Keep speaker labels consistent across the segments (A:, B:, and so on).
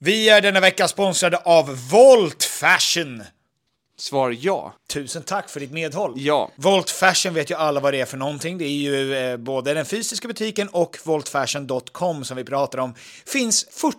A: Vi är denna vecka sponsrade av Volt Fashion.
B: Svar ja.
A: Tusen tack för ditt medhåll.
B: Ja.
A: Volt Fashion vet ju alla vad det är för någonting. Det är ju eh, både den fysiska butiken och voltfashion.com som vi pratar om. Finns 40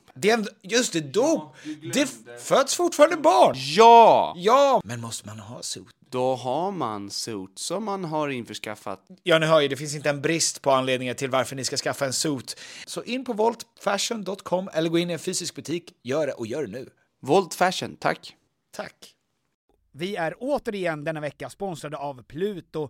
A: Det är, en- just det, dop! det föds fortfarande barn!
B: Ja!
A: Ja! Men måste man ha suit?
B: Då har man suits som man har införskaffat.
A: Ja, ni hör ju, det finns inte en brist på anledningar till varför ni ska skaffa en suit. Så in på voltfashion.com eller gå in i en fysisk butik. Gör det och gör det nu.
B: Volt fashion, tack.
A: Tack!
C: Vi är återigen denna vecka sponsrade av Pluto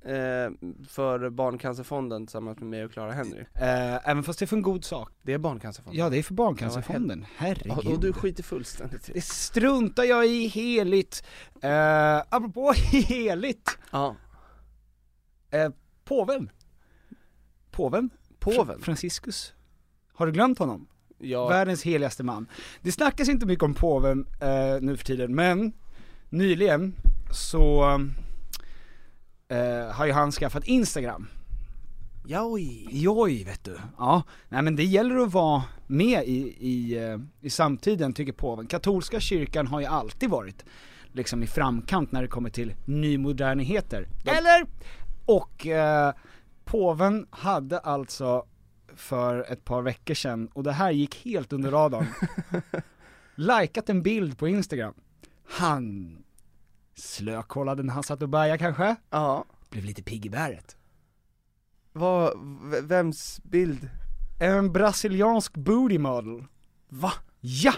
D: eh, för Barncancerfonden tillsammans med mig och Clara Henry.
E: Eh, även fast det är för en god sak.
D: Det är Barncancerfonden.
E: Ja, det är för Barncancerfonden. Herregud.
D: och, och du skiter fullständigt i det.
E: Det struntar jag i heligt. Eh, apropå heligt,
D: Ja.
E: eh, påven. Påven?
D: Påven?
E: Fr- Franciscus. Har du glömt honom?
D: Ja.
E: Världens heligaste man. Det snackas inte mycket om påven eh, nu för tiden, men nyligen så eh, har ju han skaffat Instagram.
D: Joj.
E: Joj vet du. Ja, nej men det gäller att vara med i, i, eh, i samtiden tycker påven. Katolska kyrkan har ju alltid varit liksom i framkant när det kommer till nymodernheter. Eller? Och eh, påven hade alltså för ett par veckor sedan, och det här gick helt under radarn, likat en bild på Instagram. Han slökollade när han satt och bärgade kanske,
D: Ja.
E: blev lite pigg i bäret.
D: Vad, v- vems bild?
E: En brasiliansk booty model.
D: Va?
E: Ja!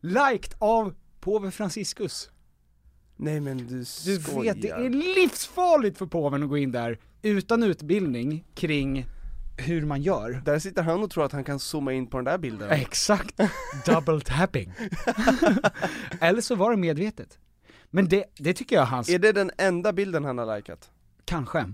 E: Liked av påve Franciscus.
D: Nej men du
E: Du
D: skojar.
E: vet, det är livsfarligt för påven att gå in där utan utbildning kring hur man gör.
D: Där sitter han och tror att han kan zooma in på den där bilden.
E: Exakt, double tapping. Eller så var det medvetet. Men det, det tycker jag hans,
D: Är det den enda bilden han har likat?
E: kanske.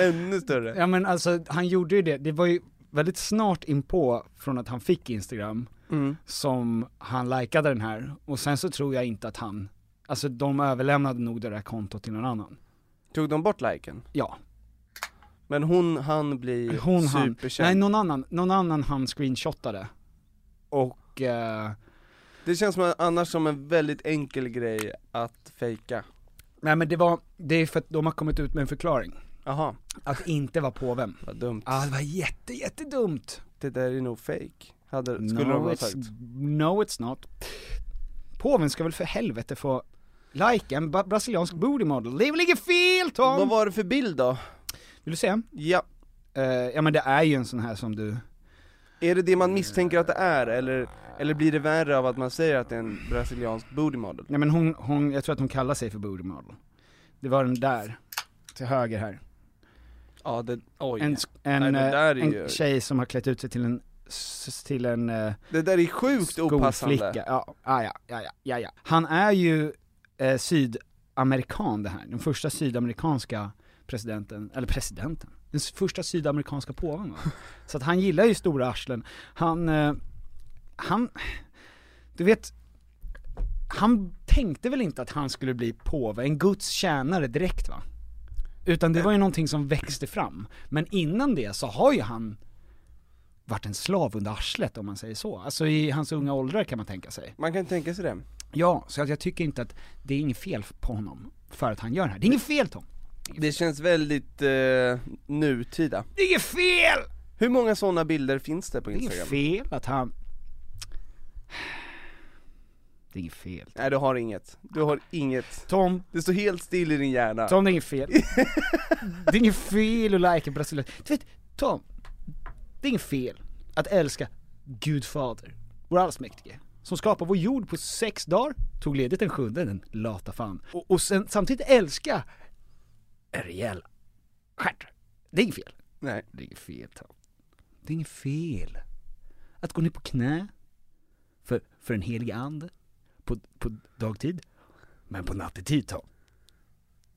D: Ännu större.
E: Ja men alltså, han gjorde ju det, det var ju väldigt snart inpå från att han fick Instagram
D: Mm.
E: som han likade den här. Och sen så tror jag inte att han, alltså de överlämnade nog det där kontot till någon annan.
D: Tog de bort liken?
E: Ja,
D: Men hon, han blir
E: hon han.
D: superkänd.
E: Nej någon annan, någon annan han screenshotade. Och, eh,
D: Det känns som, annars som en väldigt enkel grej att fejka.
E: nej men det var, det är för att de har kommit ut med en förklaring.
D: Jaha,
E: Att det inte vara påven.
D: vad dumt.
E: Ja ah, det var jätte, jättedumt.
D: Det där är nog fake. Hade, skulle de ha
E: it's,
D: sagt.
E: no it's not. Påven ska väl för helvete få like en ba- brasiliansk booty model. Det är väl inget fel
D: Vad
E: Tom!
D: var det för bild då?
E: Vill du se?
D: Ja,
E: Eh, ja men det är ju en sån här som du
D: är det det man misstänker att det är eller, eller blir det värre av att man säger att det är en brasiliansk booty model?
E: Nej men hon, hon, jag tror att hon kallar sig för booty model. Det var den där, till höger här.
D: Ja det, oj.
E: En, sk- en,
D: Nej, det där är
E: eh, en
D: ju-
E: tjej som har klätt ut sig till en, s- till en eh,
D: det där är sjukt opassande.
E: skolflicka. Ja, ah, ja, ja, ja, ja, ja. Han är ju eh, sydamerikan det här, den första sydamerikanska presidenten, eller presidenten, den s- första sydamerikanska påven va? Så att han gillar ju stora arslen. Han, eh, han, du vet, han tänkte väl inte att han skulle bli påve, en Guds tjänare direkt va? Utan
D: Eh.
E: det var ju någonting som växte fram. Men innan det så har ju han varit en slav under arslet om man säger så. Alltså i hans unga åldrar kan man tänka sig.
D: Man kan tänka sig det.
E: Ja, så att jag tycker inte att det är inget fel på honom för att han gör det här. Det är inget fel Tom!
D: Det känns väldigt eh, nutida.
E: Det är inget fel!
D: Hur många sådana bilder finns det på
E: Det är inget
D: Instagram?
E: fel att han... Det är inget fel.
D: Nej du har inget. Du har inget.
E: Tom,
D: Det står helt still i din hjärna.
E: Tom det är inget fel. det är inget fel att like en brasiliansk. Du vet, Tom. Det är inget fel att älska Gud fader, vår allsmäktige. Som skapar vår jord på sex dagar, tog ledigt den sjunde, den lata fan. Och, och sen, samtidigt älska en rejäl stjärt. Det är inget fel.
D: Nej.
E: Det är inget fel Tom. Det är inget fel. Att gå ner på knä för, för en helig ande på, på dagtid. Men på nattetid Tom,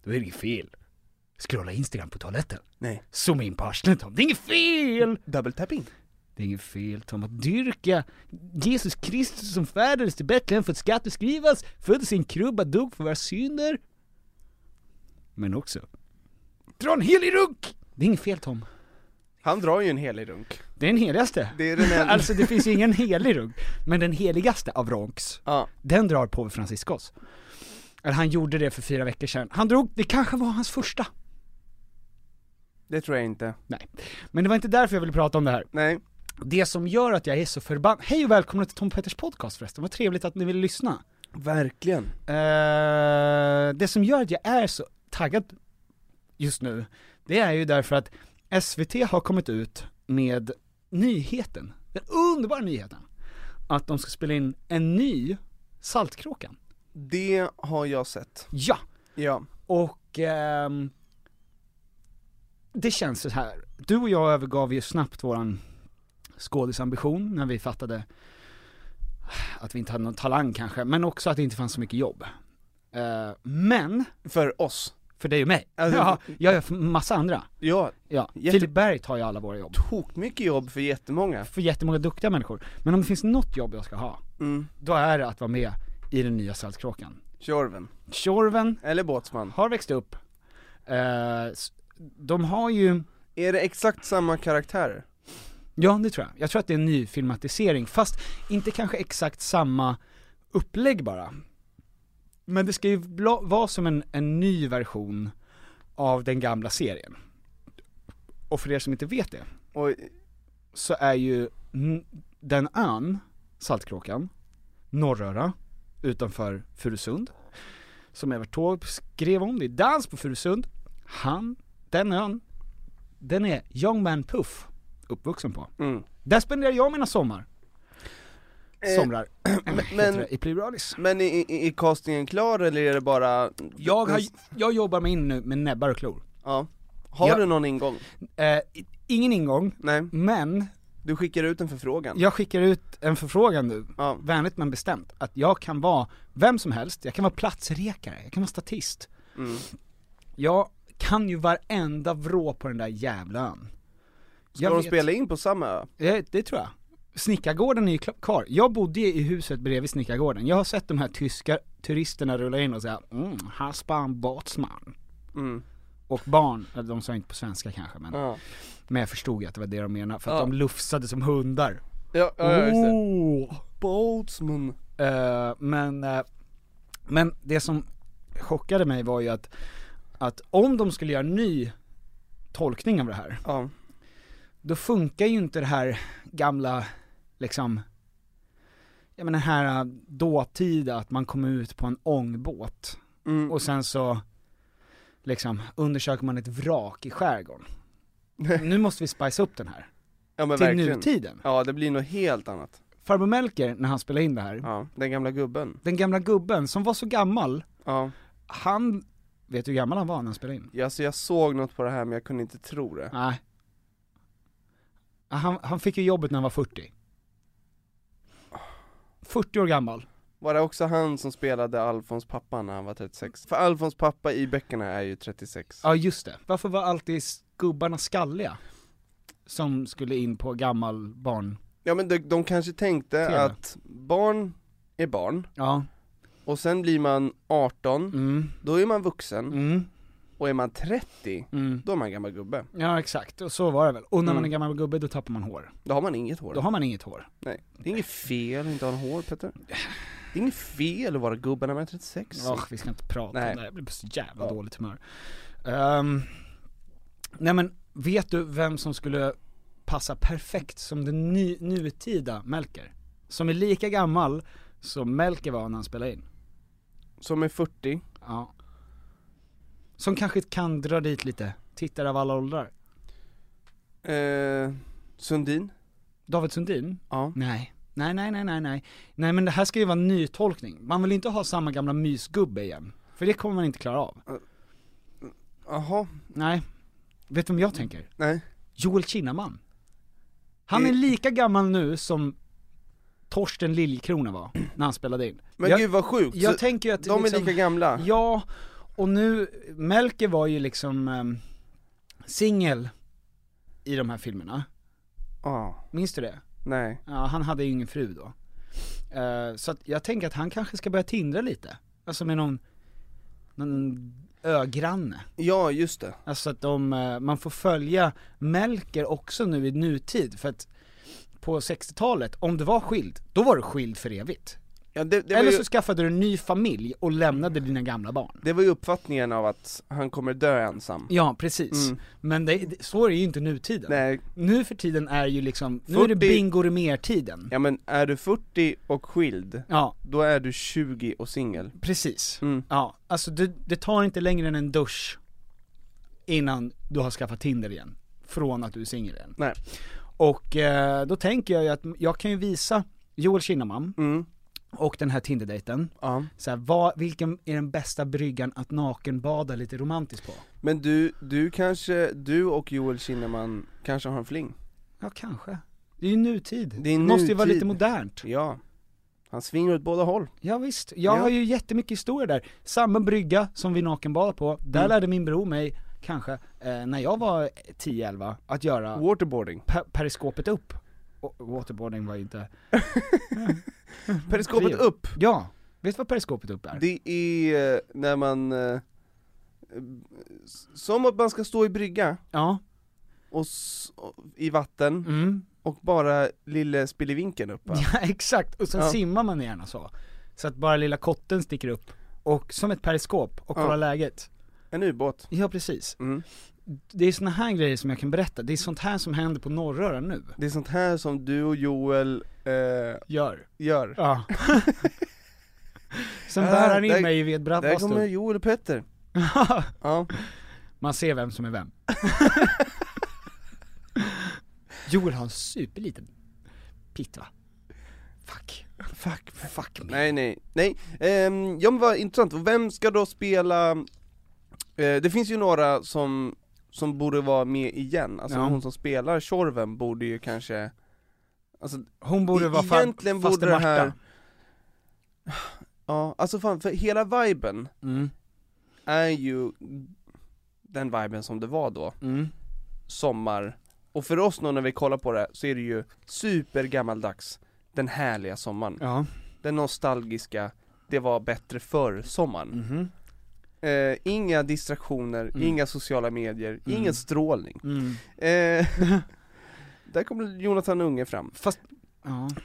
E: då är det inget fel. Scrolla Instagram på toaletten.
D: Nej.
E: Zooma in på arslet Tom. Det är inget fel!
D: Double tapping.
E: Det är inget fel Tom att dyrka Jesus Kristus som färdades till Betlehem för att skatteskrivas, föddes i en krubba, dog för våra synder. Men också, dra en helig runk! Det är inget fel Tom.
D: Han drar ju en helig runk.
E: Det är den heligaste.
D: Det är den enda.
E: alltså det finns ju ingen helig runk, men den heligaste av ronks,
D: Ja.
E: den drar påve Franciscus. Eller han gjorde det för fyra veckor sedan. Han drog, det kanske var hans första.
D: Det tror jag inte.
E: Nej. Men det var inte därför jag ville prata om det här.
D: Nej.
E: Det som gör att jag är så förbannad, hej och välkomna till Tom Petters podcast förresten, vad trevligt att ni ville lyssna.
D: Verkligen.
E: Eh, det som gör att jag är så taggad just nu, det är ju därför att SVT har kommit ut med nyheten, den underbara nyheten, att de ska spela in en ny Saltkråkan.
D: Det har jag sett.
E: Ja!
D: Ja.
E: Och ehm, det känns så här. Du och jag övergav ju snabbt våran skådisambition när vi fattade att vi inte hade någon talang kanske, men också att det inte fanns så mycket jobb. Eh, men,
D: För oss.
E: för dig och mig.
D: Alltså-
E: ja, jag gör för massa andra.
D: Ja,
E: Ja.
D: Jätte-
E: Filip Berg tar ju alla våra jobb.
D: tokmycket jobb för jättemånga.
E: För jättemånga duktiga människor. Men om det finns något jobb jag ska ha,
D: Mm.
E: då är det att vara med i den nya Saltkråkan.
D: Tjorven.
E: Tjorven
D: Eller båtsman.
E: har växt upp. Eh, s- de har ju,
D: Är det exakt samma karaktärer?
E: ja det tror jag. Jag tror att det är en ny filmatisering, fast inte kanske exakt samma upplägg bara. Men det ska ju bla- vara som en, en ny version av den gamla serien. Och för er som inte vet det,
D: Och
E: så är ju n- den ön, Saltkråkan, Norröra, utanför Furusund, som Evert Taube skrev om, det är dans på Furusund, han, den ön, den är Young Man Puff uppvuxen på.
D: Mm.
E: Där spenderar jag mina sommar.
D: Eh,
E: Somrar, heter
D: men-
E: det, i pluralis.
D: Men är, är, är castingen klar eller är det bara...
E: Jag, har, jag jobbar mig in nu med näbbar och klor.
D: Ja. Har
E: Ja.
D: du någon ingång?
E: Eh, i- ingen ingång,
D: Nej.
E: men
D: Du skickar ut en förfrågan?
E: jag skickar ut en förfrågan nu
D: Ja.
E: vänligt men bestämt, att jag kan vara vem som helst, jag kan vara platsrekare, jag kan vara statist.
D: Mm.
E: Jag kan ju varenda vrå på den där jävla ön.
D: Ska de spela in på samma ö?
E: Det, det tror jag. Snickargården är ju kla- kvar. Jag bodde i huset bredvid Snickargården. Jag har sett de här tyska turisterna rulla in och säga mm, här spar en båtsman.
D: Mm.
E: Och barn, eller de sa inte på svenska kanske men,
D: Ja.
E: men jag förstod ju att det var det de menade, för att
D: Ja.
E: de lufsade som hundar.
D: Ja, ja, ja just det.
E: Åh!
D: Båtsman.
E: Eh, men, eh, men det som chockade mig var ju att, att om de skulle göra en ny tolkning av det här,
D: Ja.
E: då funkar ju inte det här gamla, liksom, ja men den här eh, dåtida att man kom ut på en ångbåt
D: Mm.
E: och sen så liksom undersöker man ett vrak i skärgården. nu måste vi spicea upp den här,
D: ja men
E: till
D: verkligen.
E: nutiden.
D: Ja, det blir något helt annat.
E: Farbror Melker, när han spelade in det här,
D: Ja, den gamla gubben.
E: den gamla gubben som var så gammal
D: Ja.
E: han, vet du hur gammal han var när han spelade in?
D: Ja, Alltså jag såg något på det här men jag kunde inte tro det.
E: Nej. Han, han fick ju jobbet när han var 40. 40 år gammal.
D: Var det också han som spelade Alfons pappa när han var 36? För Alfons pappa i böckerna är ju 36.
E: Ja just det. Varför var alltid gubbarna skalliga? Som skulle in på gammal barn.
D: Ja men de, de kanske tänkte
E: Tjena.
D: att barn är barn,
E: Ja.
D: och sen blir man 18,
E: Mm.
D: då är man vuxen,
E: Mm.
D: och är man 30,
E: Mm.
D: då är man gammal gubbe.
E: Ja exakt, och så var det väl. Och när man är
D: Mm.
E: gammal gubbe då tappar man hår.
D: Då har man inget hår.
E: Då har man inget hår.
D: Nej. Det är inget fel att inte ha en hår Petter. Det är inget fel att vara gubbe när man är 36.
E: Åh, vi ska inte prata
D: Nej.
E: om det här. jag blir på så jävla
D: Ja.
E: dåligt humör. Ehm, nej men, vet du vem som skulle passa perfekt som den ny, nutida Melker? Som är lika gammal som Melker var när han spelade in.
D: Som är 40.
E: Ja. Som kanske kan dra dit lite tittare av alla åldrar.
D: Eh, Sundin?
E: David Sundin?
D: Ja.
E: Nej. Nej, nej, nej, nej, nej. Nej men det här ska ju vara en nytolkning. Man vill inte ha samma gamla mysgubbe igen. För det kommer man inte klara av.
D: Jaha,
E: Nej. Vet du vem jag tänker?
D: nej.
E: Joel Kinnaman. Han är lika gammal nu som Torsten Liljkrona var, när han spelade in.
D: Men
E: jag,
D: gud vad sjukt.
E: jag
D: Så
E: tänker ju att
D: de är
E: liksom,
D: lika gamla.
E: Ja, och nu, Melker var ju liksom ehm, singel i de här filmerna.
D: Ja,
E: Minns du det?
D: nej.
E: Ja, han hade ju ingen fru då. Eh, så att jag tänker att han kanske ska börja tindra lite. Alltså med någon, någon ögranne.
D: Ja, just det.
E: Alltså att de, eh, man får följa Melker också nu i nutid, för att på 60-talet, om du var skild, då var du skild för evigt.
D: Ja, det, det, var
E: Eller
D: ju,
E: så skaffade du en ny familj och lämnade dina gamla barn.
D: det var ju uppfattningen av att han kommer dö ensam.
E: Ja, precis. Men det, det, så är det ju inte nutiden.
D: Mm. Nej,
E: Nu för tiden är ju liksom, nu är
D: 40
E: det bingo mer-tiden. Ja.
D: ja men är du 40 och skild, då är du 20 och singel.
E: precis.
D: Mm.
E: Ja, alltså det, det tar inte längre än en dusch innan du har skaffat Tinder igen. Från att du är singel igen.
D: Nej.
E: Och eh, då tänker jag ju att jag kan ju visa Joel Kinnaman
D: Mm.
E: och den här Tinder-dejten,
D: Ja.
E: så här, vad, vilken är den bästa bryggan att nakenbada lite romantiskt på?
D: Men du, du kanske, du och Joel Kinnaman kanske har en fling?
E: Ja, kanske. Det är ju nutid.
D: Det är
E: måste ju vara
D: nutid.
E: lite modernt.
D: Ja. Han svingar åt båda håll.
E: Ja, visst, jag har ju jättemycket historia där. Samma brygga som vi nakenbadade på, där
D: Mm.
E: lärde min bror mig, kanske, eh, när jag var 10-11, att göra
D: Waterboarding.
E: pe- periskopet upp. Och waterboarding var ju inte...
D: Periskopet
E: Frio.
D: upp,
E: Ja, vet du vad periskopet upp är?
D: det är eh, när man... eh, s- Som att man ska stå i brygga,
E: Ja,
D: och s- och- i vatten,
E: mm.
D: och bara lille spillevinken upp va?
E: ja exakt, och sen
D: Ja.
E: simmar man gärna så. Så att bara lilla kotten sticker upp, och som ett periskop, och
D: Ja.
E: kollar läget.
D: En ubåt.
E: Ja, precis.
D: Mm.
E: Det är såna här grejer som jag kan berätta, det är sånt här som händer på Norröra nu.
D: Det är sånt här som du och Joel eh,
E: Gör.
D: gör.
E: Ja. Sen
D: Ah,
E: bär han in
D: där-
E: mig i
D: Där kommer
E: vedbrattbastun.
D: Joel och Petter. Ja.
E: Man ser vem som är vem. Joel har en superliten pitt va? Fuck. Fuck, fuck me.
D: Nej nej, nej. Um, ja men vad intressant, Och vem ska då spela, eh, det finns ju några som, som borde vara med igen, alltså
E: Ja.
D: hon som spelar Tjorven borde ju kanske, alltså
E: Hon borde vara fan,
D: egentligen
E: faster
D: borde det
E: Marta.
D: här, ja alltså fan, för hela viben
E: Mm,
D: är ju den viben som det var då,
E: mm.
D: sommar, och för oss nu när vi kollar på det så är det ju supergammaldags, den härliga sommaren
E: Ja.
D: den nostalgiska, det var bättre förr sommaren.
E: Mhm.
D: Eh, inga distraktioner, inga sociala medier, ingen strålning.
E: Mm.
D: Eh, där kommer Jonathan Unge fram.
E: Fast,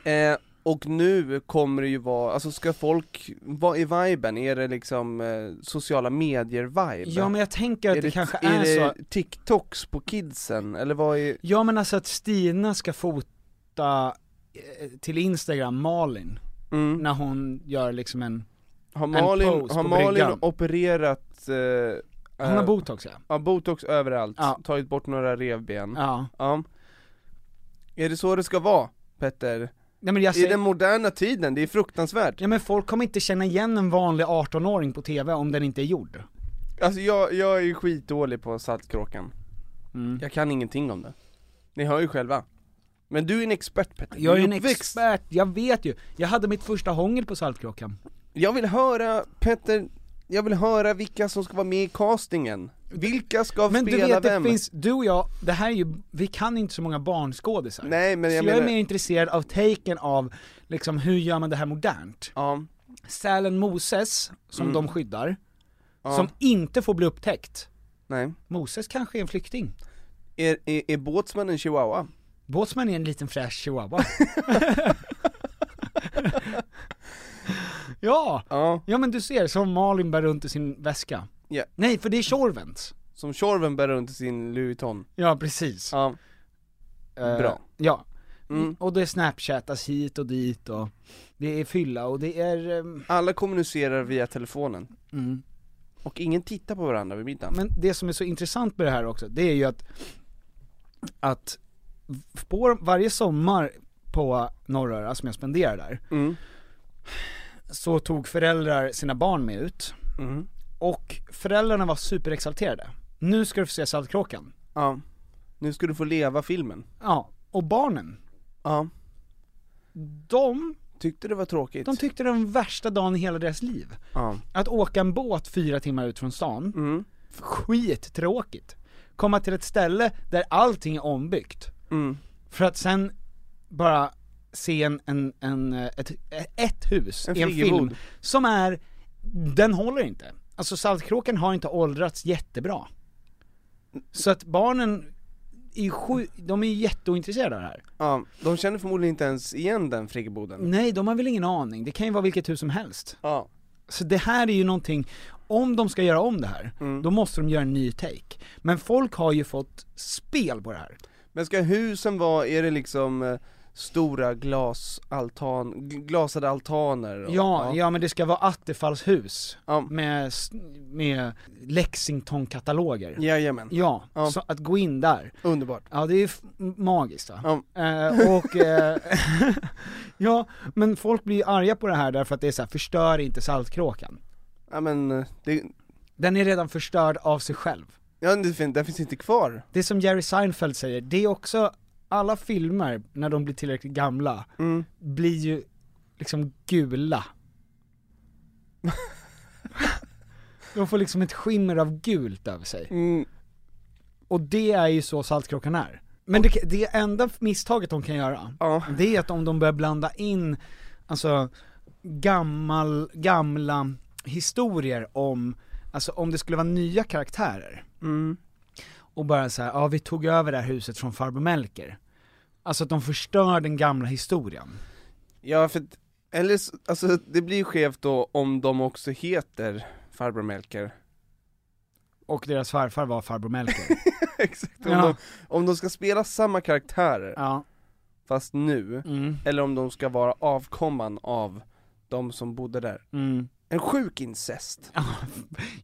E: ja.
D: Eh, och nu kommer det ju vara, alltså ska folk, vad är viben? Är det liksom eh, sociala medier-vibe?
E: ja men jag tänker att det, kanske är,
D: är
E: så.
D: det TikToks på kidsen? Eller vad är,
E: Ja men alltså att Stina ska fota eh, till Instagram Malin,
D: mm.
E: när hon gör liksom en,
D: har
E: en
D: Malin,
E: pose
D: har
E: på
D: Malin
E: bryggan.
D: opererat, eh,
E: hon har
D: eh,
E: botox ja.
D: ja, botox överallt,
E: Ja.
D: tagit bort några revben.
E: Ja.
D: Ja. Är det så det ska vara, Petter?
E: Nej men jag
D: I
E: säger,
D: den moderna tiden, det är fruktansvärt.
E: Alltså- ja, men folk kommer inte känna igen en vanlig 18-åring på TV om den inte är gjord.
D: Alltså jag, jag är ju skitdålig på Saltkråkan.
E: Mm.
D: Jag kan ingenting om det. Ni hör ju själva. Men du är en expert Petter,
E: Jag är
D: Du
E: ju en
D: uppväxt.
E: expert, jag vet ju. Jag hade mitt första hångel på Saltkråkan.
D: Jag vill höra, Petter, jag vill höra vilka som ska vara med i castingen. Vilka ska
E: Men du
D: spela
E: vet,
D: vem?
E: det finns, du och jag, det här är ju, vi kan inte så många barnskådisar.
D: Nej, men
E: så
D: jag
E: jag är
D: menar-
E: mer intresserad av taken av, liksom hur gör man det här modernt?
D: Ja,
E: Sälen Moses, som
D: Mm.
E: de skyddar, som inte får bli upptäckt.
D: nej.
E: Moses kanske är en flykting.
D: Är, är, är båtsman en chihuahua?
E: Båtsman är en liten fräsch chihuahua. ja!
D: Ja,
E: Ja men du ser, som Malin bär runt i sin väska.
D: Ja.
E: Nej, för det är Tjorvent.
D: som Tjorven bär runt i sin Louis Vuitton.
E: Ja, precis.
D: Ja,
E: Eh,
D: bra.
E: Ja.
D: Mm.
E: Och det snapchattas hit och dit och det är fylla och det är, ehm,
D: Alla kommunicerar via telefonen.
E: mm.
D: Och ingen tittar på varandra vid middagen.
E: men det som är så intressant med det här också, det är ju att, att på varje sommar på Norröra som jag spenderar där,
D: Mm.
E: så tog föräldrar sina barn med ut
D: Mm.
E: och föräldrarna var superexalterade. Nu ska du få se Saltkråkan.
D: Ja. Nu ska du få leva filmen.
E: Ja, och barnen,
D: Ja.
E: de,
D: Tyckte det var tråkigt?
E: de tyckte det var den värsta dagen i hela deras liv.
D: ja.
E: Att åka en båt fyra timmar ut från stan,
D: Mm.
E: skittråkigt. Komma till ett ställe där allting är ombyggt,
D: Mm.
E: för att sen bara se en, en, en ett, ett hus
D: En
E: i en
D: friggebod.
E: film som är, den håller inte. Alltså Saltkråkan har inte åldrats jättebra. Så att barnen är ju sju, de är ju jätteointresserade av det här.
D: ja. De känner förmodligen inte ens igen den friggeboden.
E: Nej, de har väl ingen aning, det kan ju vara vilket hus som helst.
D: Ja.
E: Så det här är ju någonting, om de ska göra om det här,
D: Mm.
E: då måste de göra en ny take. Men folk har ju fått spel på det här.
D: Men ska husen vara, är det liksom eh, stora glasaltan, g- glasade altaner?
E: Ja,
D: och-
E: ja, men det ska vara Attefalls hus
D: Ja.
E: med, s- med Lexington-kataloger.
D: Jajamän.
E: Ja,
D: Ja.
E: så att gå in där.
D: Underbart.
E: Ja, det är f- magiskt va?
D: Ja.
E: Eh, och, eh, ja, men folk blir ju arga på det här därför att det är så här, förstör inte Saltkråkan.
D: Ja men, eh, det,
E: Den är redan förstörd av sig själv.
D: ja, det, fin- det finns inte kvar.
E: Det är som Jerry Seinfeld säger,
D: Mm.
E: det är också, alla filmer när de blir tillräckligt gamla, blir ju liksom gula. de får liksom ett skimmer av gult över sig.
D: Mm,
E: Och det är ju så Saltkråkan är. Men det, det enda misstaget de kan göra,
D: ja.
E: det är att om de börjar blanda in, alltså gammal, gamla historier om, alltså om det skulle vara nya karaktärer.
D: Mm.
E: och bara så här, ja vi tog över det här huset från farbror Melker. Alltså att de förstör den gamla historien.
D: Ja, för att- eller s- alltså det blir ju skevt då om de också heter farbror Melker.
E: Och deras farfar var farbror Melker.
D: Exakt, om,
E: Ja.
D: de, om de ska spela samma karaktärer,
E: ja.
D: fast nu,
E: Mm.
D: eller om de ska vara avkomman av de som bodde där.
E: Mm.
D: En sjuk incest.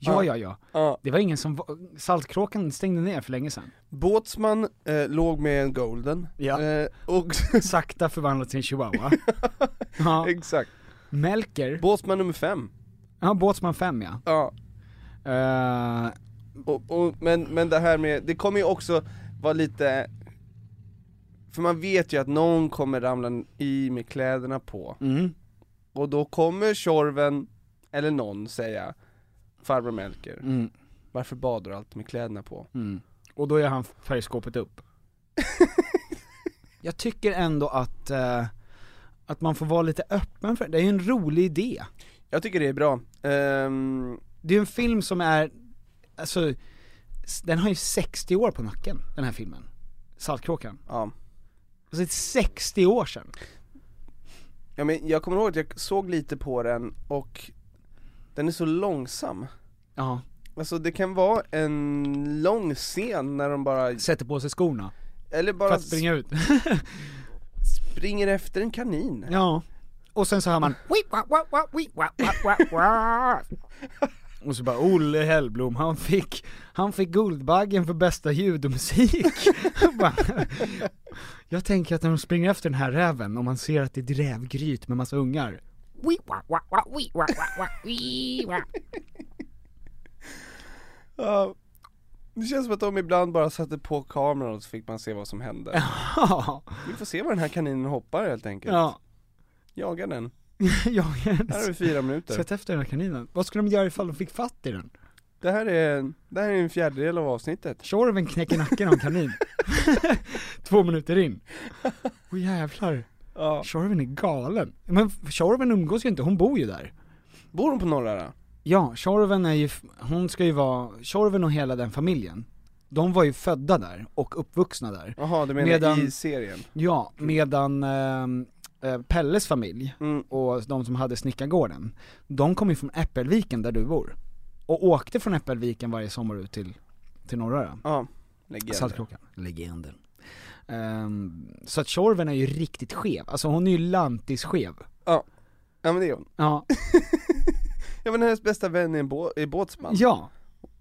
E: ja, ja, ja.
D: Ja.
E: Det var ingen som, var- Saltkråkan stängde ner för länge sedan.
D: Båtsman eh, låg med en golden,
E: Ja.
D: eh, och
E: Sakta förvandlad till en chihuahua. ja.
D: exakt.
E: Melker,
D: Båtsman nummer fem.
E: ja Båtsman 5 ja.
D: Ja.
E: Eh,
D: Och, och, men, men det här med, det kommer ju också vara lite, för man vet ju att någon kommer ramla i med kläderna på.
E: mm.
D: Och då kommer Tjorven, eller någon, säga Farbror Melker,
E: Mm.
D: varför badar du alltid med kläderna på?
E: Mm. Och då är han färgskåpet upp. Jag tycker ändå att, eh, att man får vara lite öppen för det, det är ju en rolig idé.
D: Jag tycker det är bra. Ehm,
E: Det är ju en film som är, alltså, s- den har ju 60 år på nacken, den här filmen. Saltkråkan.
D: ja.
E: Alltså det är 60 år sedan.
D: ja men jag kommer ihåg att jag såg lite på den och den är så långsam.
E: Ja.
D: Alltså det kan vara en lång scen när de bara,
E: Sätter på sig skorna.
D: eller
E: För
D: bara
E: att springa ut.
D: springer efter en kanin.
E: ja. Och sen så hör man "Wii, wa, wa, wa, wii, wa, wa, wa, wa." Och så bara Olle Hellblom, han fick, han fick Guldbaggen för bästa ljud och musik. Jag bara, Jag tänker att när de springer efter den här räven, om man ser att det är ett rävgryt med massa ungar. "Wii, wa, wa, wa, wii, wa, wa, wa, wii, wa."
D: Ja. Det känns som att de ibland bara satte på kameran och så fick man se vad som hände.
E: Ja.
D: Vi får se var den här kaninen hoppar helt enkelt.
E: Ja,
D: Jaga den.
E: ja
D: Här har vi
E: jag
D: fyra minuter.
E: Sätt efter den här kaninen. Vad skulle de göra ifall de fick fatt i den?
D: Det här är, det här är en fjärdedel av avsnittet.
E: Tjorven knäcker nacken av en kanin. Två minuter in. Åh jävlar.
D: Ja.
E: Tjorven är galen. Men Tjorven umgås ju inte, hon bor ju där.
D: Bor hon på Norröra?
E: Ja, Tjorven är ju, f- hon ska ju vara, Tjorven och hela den familjen. De var ju födda där och uppvuxna där.
D: Jaha, du menar
E: Medan-
D: i serien?
E: Ja, medan ehm, eh, Pelles familj
D: Mm.
E: och de som hade snickargården, de kom ju från Äppelviken där du bor. Och åkte från Äppelviken varje sommar ut till, till Norröra.
D: Ja, legend.
E: Saltkråkan. Legenden. Ehm, så att Tjorven är ju riktigt skev, alltså hon är ju lantiskev.
D: Ja men det är hon.
E: Ja,
D: Ja men hennes bästa vän är en bå- är båtsman.
E: ja.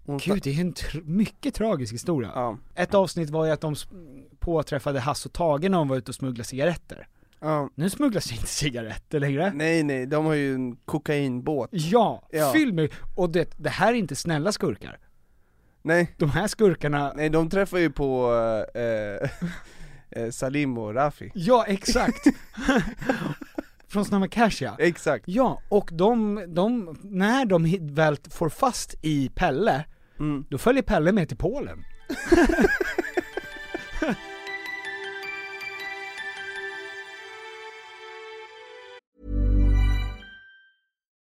D: Hon sta-
E: Gud det är ju en tr- mycket tragisk historia.
D: Ja.
E: Ett avsnitt var ju att de sp- påträffade Hasse och Tage när de var ute och smugglade cigaretter.
D: ja.
E: Nu smugglas det inte cigaretter längre.
D: Nej nej, de har ju en kokainbåt.
E: Ja,
D: Ja.
E: fyll mig. Och det, det här är inte snälla skurkar.
D: Nej,
E: De här skurkarna,
D: nej de träffar ju på eh, eh, eh, Salim och Rafi.
E: ja exakt. Från Snabba Cash ja.
D: Exakt.
E: Ja, och de, de, när de hit- väl får fast i Pelle,
D: Mm.
E: då följer Pelle med till Polen.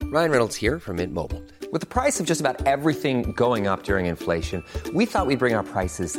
F: Ryan Reynolds here from Mint Mobile. With the price of just about everything going up during inflation, we thought we'd bring our prices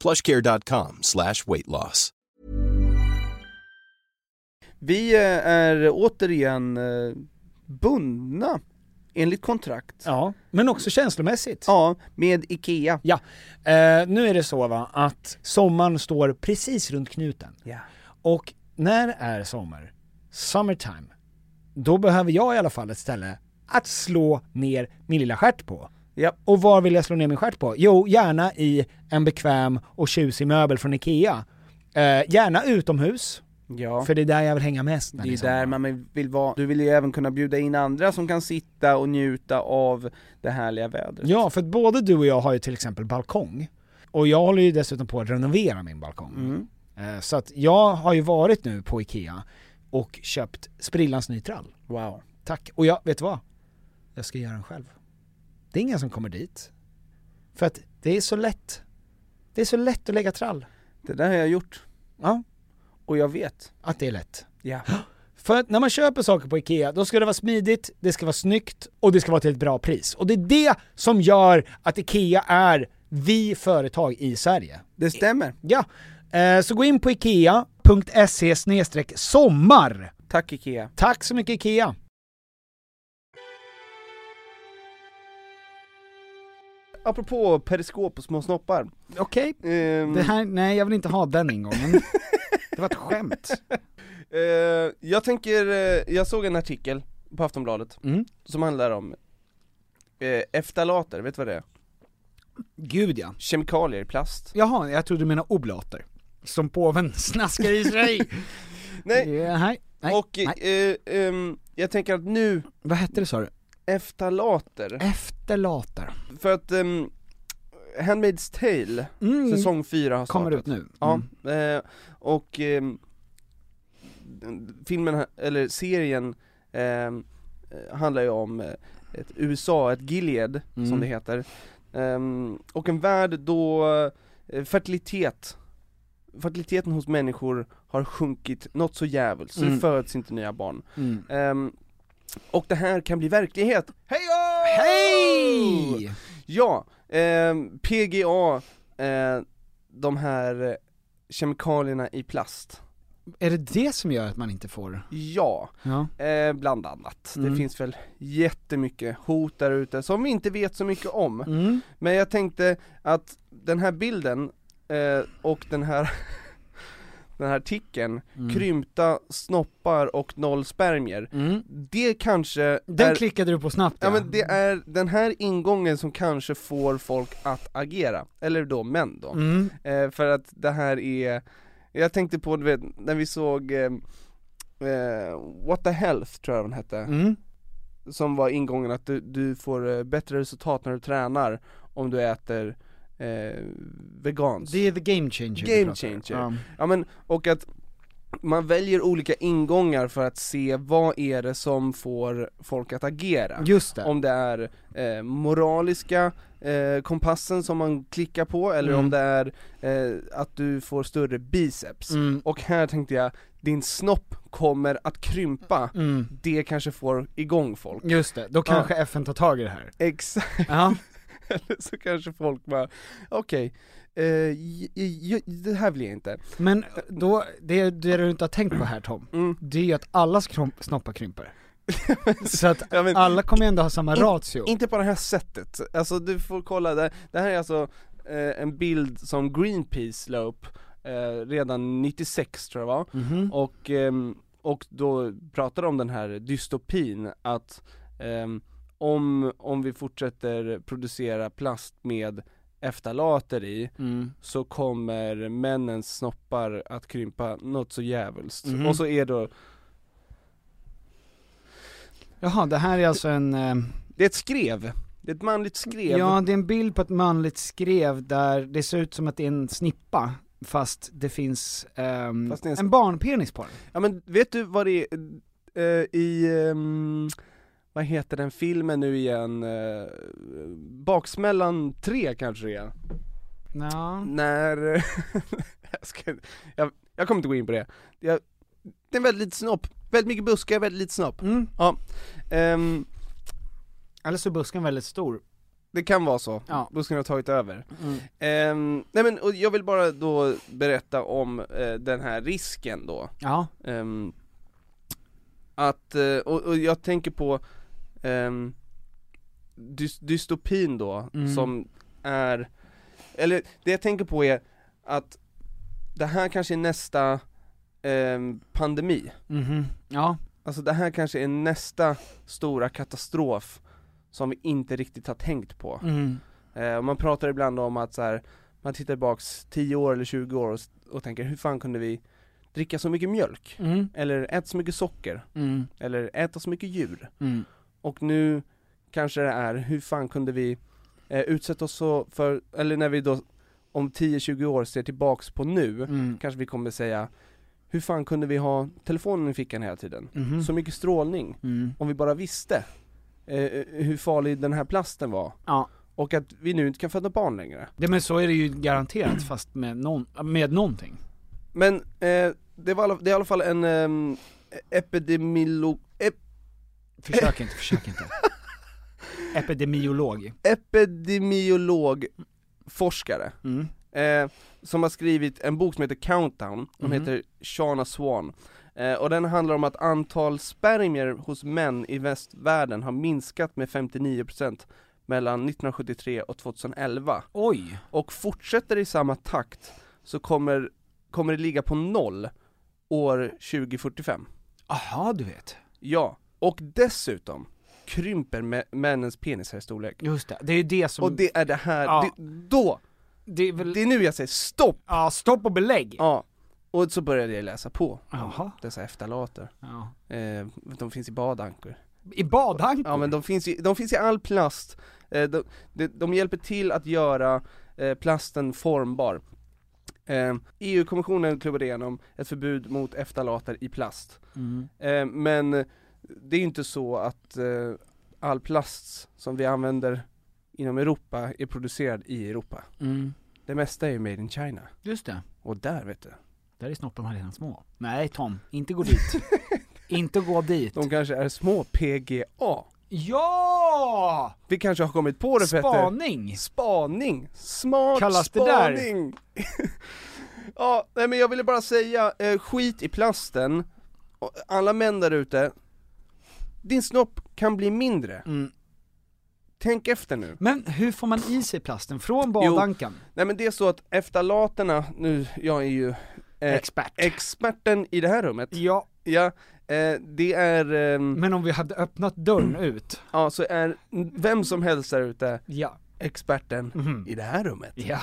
G: plushcare.com slash weight loss.
D: Vi eh, är återigen eh, bundna, enligt kontrakt.
C: Ja, men också känslomässigt.
D: Ja, med IKEA.
C: Ja, eh, nu är det så va, att sommaren står precis runt knuten.
D: Ja.
C: Och när är sommar? Summertime. Då behöver jag i alla fall ett ställe att slå ner min lilla stjärt på.
D: Ja.
C: Och var vill jag slå ner min stjärt på? Jo, gärna i en bekväm och tjusig möbel från IKEA. Eh, gärna utomhus,
D: Ja.
C: för det är där jag vill hänga mest. när
D: Det
C: är
D: är
C: sommar.
D: där man vill vara, du vill ju även kunna bjuda in andra som kan sitta och njuta av det härliga vädret.
C: Ja, för att både du och jag har ju till exempel balkong. Och jag håller ju dessutom på att renovera min balkong. Eh, Så att jag har ju varit nu på Ikea och köpt sprillans ny trall.
D: Wow.
C: Tack. Och jag, vet du vad? Jag ska göra den själv. Det är ingen som kommer dit. För att det är så lätt. Det är så lätt att lägga trall.
D: Det där har jag gjort.
C: Ja.
D: Och jag vet.
C: Att det är lätt.
D: Ja.
C: För att när man köper saker på IKEA, då ska det vara smidigt, det ska vara snyggt och det ska vara till ett bra pris. Och det är det som gör att IKEA är vi företag i Sverige.
D: Det stämmer.
C: Ja, eh, så gå in på IKEA.se sommar.
D: Tack IKEA.
C: Tack så mycket IKEA!
D: Apropå periskop och små snoppar.
C: Okej,
D: Ehm,
E: Det här, nej jag vill inte ha den ingången. Det var ett skämt.
D: eh, jag tänker, eh, jag såg en artikel på Aftonbladet
C: Mm.
D: som handlar om eh, eftalater, vet du vad det är?
E: Gud ja.
D: Kemikalier i plast.
E: Jaha, jag trodde du menade oblater. Som påven snaskar i sig.
D: Nej,
E: Eh, nej, nej,
D: och
E: nej.
D: eh, ehm, jag tänker att nu,
E: Vad hette det sa du?
D: eftalater,
E: Efterlater.
D: för att um, Handmaid's Tale
E: Mm.
D: Säsong 4 har startat.
E: Kommer ut nu.
D: Ja,
E: Mm.
D: eh, och ehm, den- filmen, ha- eller serien, ehm, eh, handlar ju om eh, ett USA, ett Gilead,
E: Mm.
D: som det heter. Ehm, och en värld då eh, fertilitet, fertiliteten hos människor har sjunkit något så djävulskt, så
E: Mm.
D: det föds inte nya barn.
E: Mm.
D: Ehm, och det här kan bli verklighet! Hej
E: Hej!
D: Ja, ehm, PGA, eh, de här eh, kemikalierna i plast.
E: Är det det som gör att man inte får?
D: Ja,
E: Ja.
D: eh, bland annat.
E: Mm.
D: Det finns väl jättemycket hot där ute som vi inte vet så mycket om.
E: Mm.
D: Men jag tänkte att den här bilden eh, och den här den här artikeln, krympta snoppar och noll spermier,
E: Mm.
D: det kanske
E: Den
D: är,
E: klickade du på snabbt
D: ja, men det är den här ingången som kanske får folk att agera, eller då män då.
E: Mm.
D: Eh, för att det här är, jag tänkte på du vet, när vi såg eh, eh, What the Health tror jag den hette,
E: Mm.
D: som var ingången att du, du får eh, bättre resultat när du tränar om du äter eh, veganskt.
E: Det är the game changer vi
D: Game
E: pratar om.
D: changer. Ja men, och att man väljer olika ingångar för att se vad är det som får folk att agera.
E: Ja. Just det.
D: Om det är eh, moraliska eh, kompassen som man klickar på eller
E: Mm.
D: om det är eh, att du får större biceps.
E: Mm.
D: Och här tänkte jag, din snopp kommer att krympa,
E: Mm.
D: det kanske får igång folk.
E: Just det, då kanske FN tar tag i det här.
D: Exakt,
E: Ja.
D: eller så kanske folk bara, okej, eh, j- j- det här vill jag inte.
E: Men då, det, det du inte har tänkt på här Tom,
D: Mm.
E: det är ju att allas krom- snoppar krymper. Så att
D: Ja, men-
E: alla kommer ju ändå ha samma
D: In-
E: ratio.
D: Inte på det här sättet, alltså du får kolla där, det här är alltså eh, en bild som Greenpeace la upp eh, redan 96 tror jag det var,
E: Mhm.
D: och, ehm, och då pratade om den här dystopin att ehm, om, om vi fortsätter producera plast med eftalater i
E: Mm.
D: så kommer männens snoppar att krympa något så djävulskt.
E: Mhm.
D: Och så är då
E: Jaha, det här är alltså en... eh,
D: Det är ett skrev. Det är ett manligt skrev.
E: Ja, det är en bild på ett manligt skrev där det ser ut som att det är en snippa, fast det finns ehm,
D: Fast det är en-
E: en barnpenis på den.
D: Ja men vet du vad det är, eh, i, ehm, vad heter den filmen nu igen, eh, Baksmällan 3 kanske det är?
E: Ja.
D: När, jag, ska, jag, jag kommer inte gå in på det. Jag, det är väldigt lite snopp, väldigt mycket buskar, väldigt lite snopp.
E: Mm.
D: Ja.
E: Eller så är busken väldigt stor.
D: Det kan vara så, busken har tagit över. Ehm, nej men och jag vill bara då berätta om eh, den här risken då.
E: Ja.
D: Ehm, att, eh, och, och jag tänker på ehm, dys- dystopin då,
B: Mm.
D: som är, eller det jag tänker på är att det här kanske är nästa ehm, pandemi.
E: Mhm. Ja.
D: Alltså det här kanske är nästa stora katastrof som vi inte riktigt har tänkt på.
E: Mm.
D: Eh, och man pratar ibland om att så här, man tittar tillbaks 10 år eller 20 år och, s- och tänker hur fan kunde vi dricka så mycket mjölk?
E: Mm.
D: Eller äta så mycket socker?
E: Mm.
D: Eller äta så mycket djur?
E: Mm.
D: Och nu kanske det är, hur fan kunde vi eh, utsätta oss så för, eller när vi då om 10-20 år ser tillbaks på nu,
E: Mm.
D: kanske vi kommer säga hur fan kunde vi ha telefonen i fickan hela tiden?
E: Mhm.
D: Så mycket strålning,
E: Mm.
D: om vi bara visste eh, hur farlig den här plasten var.
E: Ja.
D: Och att vi nu inte kan föda barn längre.
E: Det, men så är det ju garanterat, fast med, någon, med någonting.
D: Men eh, det, var, i alla- det är i alla fall en ehm, epidemilo... Ep,
E: Försök inte, försök inte. Epidemiolog.
D: epidemiolog forskare
E: Mm.
D: eh, som har skrivit en bok som heter Countdown, de
E: Mhm.
D: heter Shana Swan eh, och den handlar om att antal spermier hos män i västvärlden har minskat med 59% mellan 1973 och 2011
E: Oj!
D: Och fortsätter i samma takt så kommer, kommer det ligga på noll år 2045
E: Aha, du vet.
D: Ja, och dessutom krymper mä- männens penis här i storlek
E: Just det, det är ju det som...
D: Och det är det här,
E: Ja.
D: det, då!
E: Det är, väl...
D: det är nu jag säger stopp!
E: Ja, stopp och belägg!
D: Ja, och så började jag läsa på om
E: Jaha.
D: dessa eftalater
E: Ja.
D: eh, De finns i badankor
E: I badankor?
D: Ja men de finns i, de finns i all plast, eh, de, de, de hjälper till att göra eh, plasten formbar eh, EU-kommissionen klubbade igenom ett förbud mot eftalater i plast
E: Mm.
D: Eh, men det är ju inte så att eh, all plast som vi använder inom Europa är producerad i Europa.
E: Mm.
D: Det mesta är ju made in China.
E: Just det.
D: Och där vet du,
E: Där är snopparna redan små. Nej Tom, inte gå dit. inte gå dit.
D: de kanske är små PGA.
E: Ja!
D: Vi kanske har kommit på det Petter.
E: Spaning!
D: Spaning! Smart
E: Kallas det där?
D: spaning! ja, nej men jag ville bara säga, eh, skit i plasten. Och Alla män där ute, din snopp kan bli mindre.
E: Mm.
D: Tänk efter nu.
E: Men hur får man i sig plasten? Från badankan?
D: Nej men det är så att eftalaterna, nu, jag är ju eh,
E: Expert.
D: experten i det här rummet
E: Ja.
D: Ja, eh, det är, ehm,
E: Men om vi hade öppnat dörren
D: Mm.
E: ut?
D: ja så är vem som helst där ute
E: Ja.
D: experten
E: Mhm.
D: i det här rummet
E: Ja.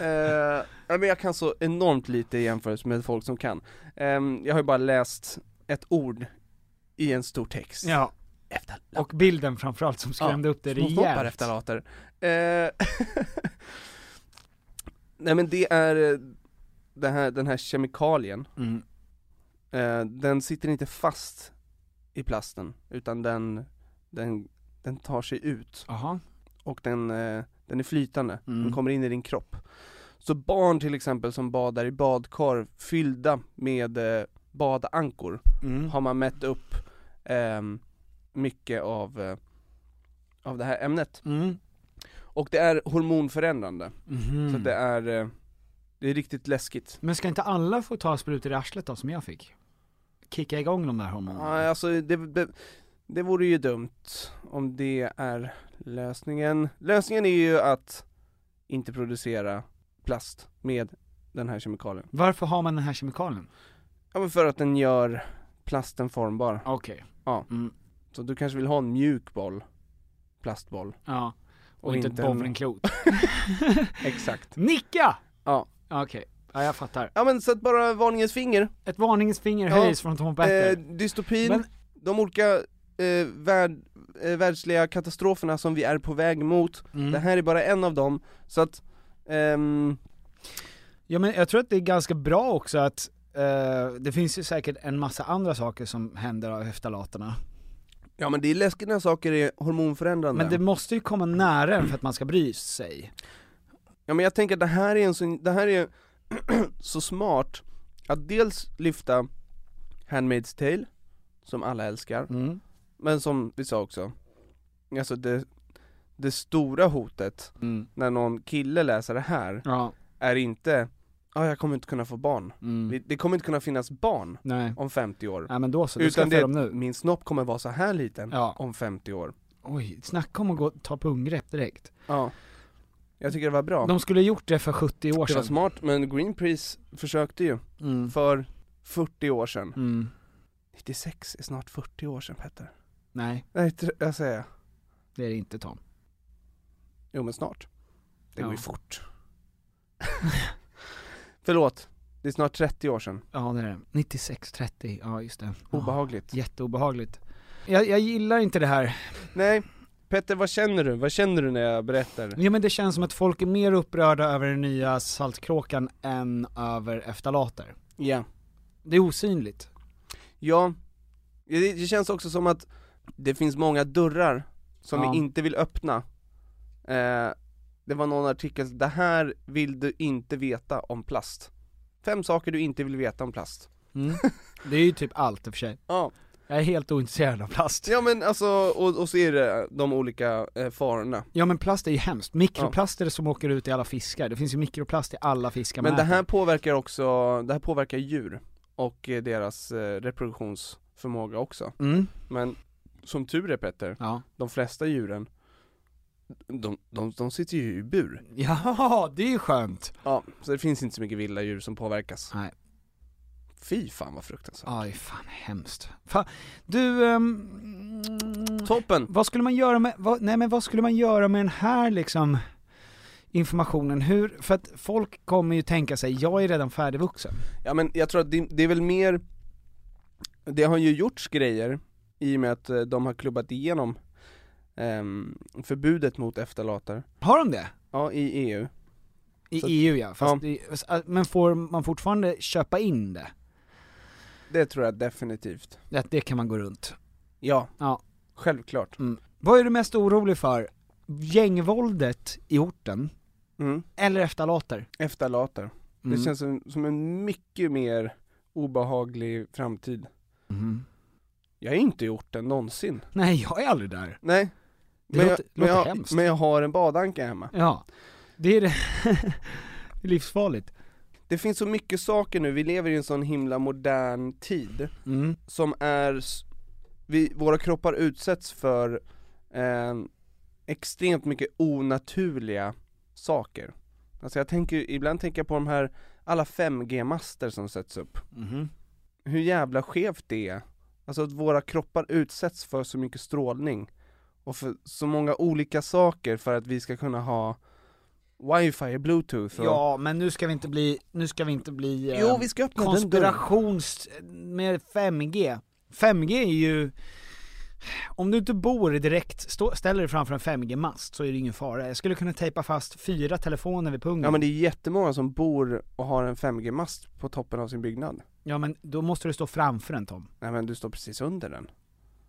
D: eh, nej, men jag kan så enormt lite i jämförelse med folk som kan Ehm, Jag har ju bara läst ett ord i en stor text
E: ja. Och bilden framförallt som skrämde upp det
D: små snoppar
E: rejält.
D: efter later. Eh, Nej men det är eh, det här, den här kemikalien,
E: Mm.
D: eh, den sitter inte fast i plasten utan den, den, den tar sig ut
E: Jaha.
D: och den, eh, den är flytande,
E: Mm.
D: den kommer in i din kropp. Så barn till exempel som badar i badkar fyllda med eh, badankor
E: Mm.
D: har man mätt upp ehm, mycket av, eh, av det här ämnet.
E: Mm.
D: Och det är hormonförändrande,
E: Mhm.
D: så det är, eh, det är riktigt läskigt.
E: Men ska inte alla få ta sprutor i arslet då, som jag fick? Kicka igång de där hormonerna?
D: Nej, alltså det, det, det vore ju dumt om det är lösningen. Lösningen är ju att inte producera plast med den här kemikalien.
E: Varför har man den här kemikalien?
D: Ja men för att den gör plasten formbar.
E: Okej.
D: Ja.
E: Mm.
D: Så du kanske vill ha en mjuk boll, plastboll.
E: Ja. Och,
D: Och
E: inte ett
D: inte en-
E: bowlingklot.
D: Exakt.
E: Nicka!
D: Ja.
E: Okej, ja, jag fattar.
D: Ja men så att bara varningens finger.
E: Ett varningens finger
D: Ja.
E: höjs från Tom och Petter.
D: Eh, dystopin,
E: Men-
D: de olika eh, värld, eh, världsliga katastroferna som vi är på väg mot.
E: Mm.
D: Det här är bara en av dem, så att ehm,
E: Ja men jag tror att det är ganska bra också att eh, det finns ju säkert en massa andra saker som händer av efterlaterna.
D: Ja men det är läskigt när saker är hormonförändrande
E: Men det måste ju komma nära en för att man ska bry sig.
D: Ja men jag tänker att det här är en så, det här är så smart att dels lyfta Handmaid's Tale, som alla älskar,
E: Mm.
D: men som vi sa också, alltså det, det stora hotet
E: Mm.
D: när någon kille läser det här
E: Ja. Mm.
D: är inte Ja, jag kommer inte kunna få barn. Vi- Det kommer inte kunna finnas barn
E: Nej.
D: om 50 år.
E: Ja men då så, du ska
D: Utan
E: det...
D: det,
E: dem nu.
D: min snopp kommer vara så här liten
E: Ja.
D: om 50 år.
E: Oj, snacka om att gå, ta pungrepp direkt.
D: Ja. Jag tycker det var bra.
E: De skulle ha gjort det för 70 år
D: Det var
E: sedan.
D: smart, men Greenpeace försökte ju
E: Mm.
D: för 40 år sedan.
E: Mm.
D: 96 är snart 40 år sedan Petter.
E: Nej,
D: Nej, tr- jag säger,
E: det är det inte Tom.
D: jo men snart. Det går
E: Ja.
D: ju fort. Förlåt, det är snart 30 år sedan.
E: Ja det är det. 96-30, ja just det. Ja,
D: Obehagligt.
E: jätteobehagligt. Jag, jag gillar inte det här.
D: Nej, Petter vad känner du? Vad känner du när jag berättar?
E: Ja men det känns som att folk är mer upprörda över den nya Saltkråkan än över efterlater.
D: Ja.
E: Det är osynligt.
D: Ja, det, det känns också som att det finns många dörrar som
E: Ja.
D: vi inte vill öppna eh, Det var någon artikel, det här vill du inte veta om plast Fem saker du inte vill veta om plast
E: Mm. Det är ju typ allt i och för sig.
D: Ja,
E: Jag är helt ointresserad av plast.
D: ja men alltså, och, och så är det de olika eh, farorna
E: Ja men plast är ju hemskt. Mikroplaster som åker ut i alla fiskar. Det finns ju mikroplast i alla fiskar man
D: Men det här
E: äter.
D: påverkar också, det här påverkar djur och eh, deras eh, reproduktionsförmåga också
E: Mm,
D: Men som tur är Petter,
E: ja.
D: de flesta djuren, de, de, de sitter ju i bur
E: Ja, det är ju skönt.
D: Ja, så det finns inte så mycket vilda djur som påverkas.
E: Nej.
D: Fy fan vad fruktansvärt.
E: Aj, fan hemskt. Fan. Du, ehm,
D: Toppen!
E: vad skulle man göra med, vad, nej men vad skulle man göra med den här liksom informationen? Hur, för att folk kommer ju tänka sig, jag är redan färdigvuxen.
D: Ja men jag tror att det, det är väl mer, det har ju gjorts grejer i och med att eh, de har klubbat igenom ehm, förbudet mot efterlater,
E: Har de det?
D: ja i E EU.
E: I
D: Så-
E: EU ja, fast
D: Ja.
E: Det, men får man fortfarande köpa in det?
D: Det tror jag definitivt.
E: Att det kan man gå runt.
D: Ja,
E: Ja.
D: självklart.
E: Vad är du mest orolig för? Gängvåldet i orten,
D: Mm.
E: eller efterlater?
D: Efterlater.
E: Mm.
D: Det känns som, som en mycket mer obehaglig framtid.
E: Mhm.
D: Jag är inte i orten någonsin.
E: Nej, jag är aldrig där.
D: Nej.
E: Det
D: men,
E: låter-
D: jag, men,
E: låter
D: jag,
E: hemskt.
D: men jag har en badanka hemma.
E: Ja. Det är det. det är livsfarligt.
D: Det finns så mycket saker nu, vi lever i en sån himla modern tid
E: Mm.
D: som är, s- vi, våra kroppar utsätts för eh, extremt mycket onaturliga saker. Alltså jag tänker, ibland tänker jag på de här, alla 5G-master som sätts upp. Hur jävla skevt det är. Alltså att våra kroppar utsätts för så mycket strålning och för så många olika saker för att vi ska kunna ha wifi och bluetooth och
E: Ja, men nu ska vi inte bli, nu ska vi inte bli eh,
D: Jo, vi ska öppna den dörren.
E: konspirations... eh, med 5G. 5G är ju... Om du inte bor direkt, stå, ställer dig framför en 5G-mast så är det ingen fara. Jag skulle kunna tejpa fast fyra telefoner vid pungen.
D: Ja men det är jättemånga som bor och har en 5G-mast på toppen av sin byggnad.
E: ja, men då måste du stå framför den Tom.
D: Nej men du står precis under den.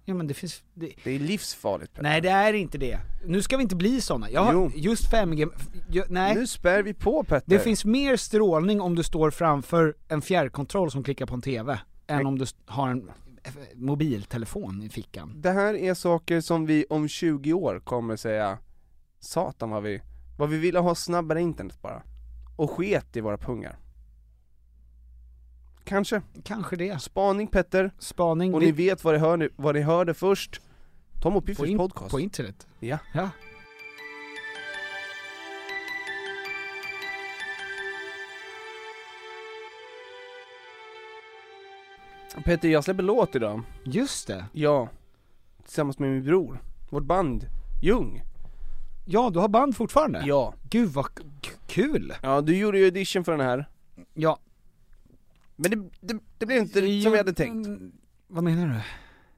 E: Ja men det finns... Det,
D: Det är livsfarligt Petter.
E: nej det är inte det. Nu ska vi inte bli såna. Jag har,
D: Jo.
E: just 5G... Jag, nej.
D: Nu spär vi på Petter.
E: Det finns mer strålning om du står framför en fjärrkontroll som klickar på en TV, än om du st- har en f- mobiltelefon i fickan.
D: Det här är saker som vi om 20 år kommer säga, satan vad vi, vad vi ville ha snabbare internet bara. Och sket i våra pungar. Kanske.
E: Kanske det.
D: Spaning Petter.
E: Spaning
D: Och ni vet vad ni hörde, vad ni hörde först. Tom och
E: på,
D: Piffers
E: in-
D: podcast.
E: på internet.
D: Ja.
E: Ja.
D: Petter jag släpper låt idag.
E: Just det.
D: Ja. Tillsammans med min bror. Vårt band, Ljung.
E: Ja, du har band fortfarande?
D: Ja.
E: Gud vad k- k- kul!
D: Ja, du gjorde ju audition för den här.
E: Ja.
D: Men det, det, det blev inte som jag hade tänkt.
E: Mm, Vad menar du?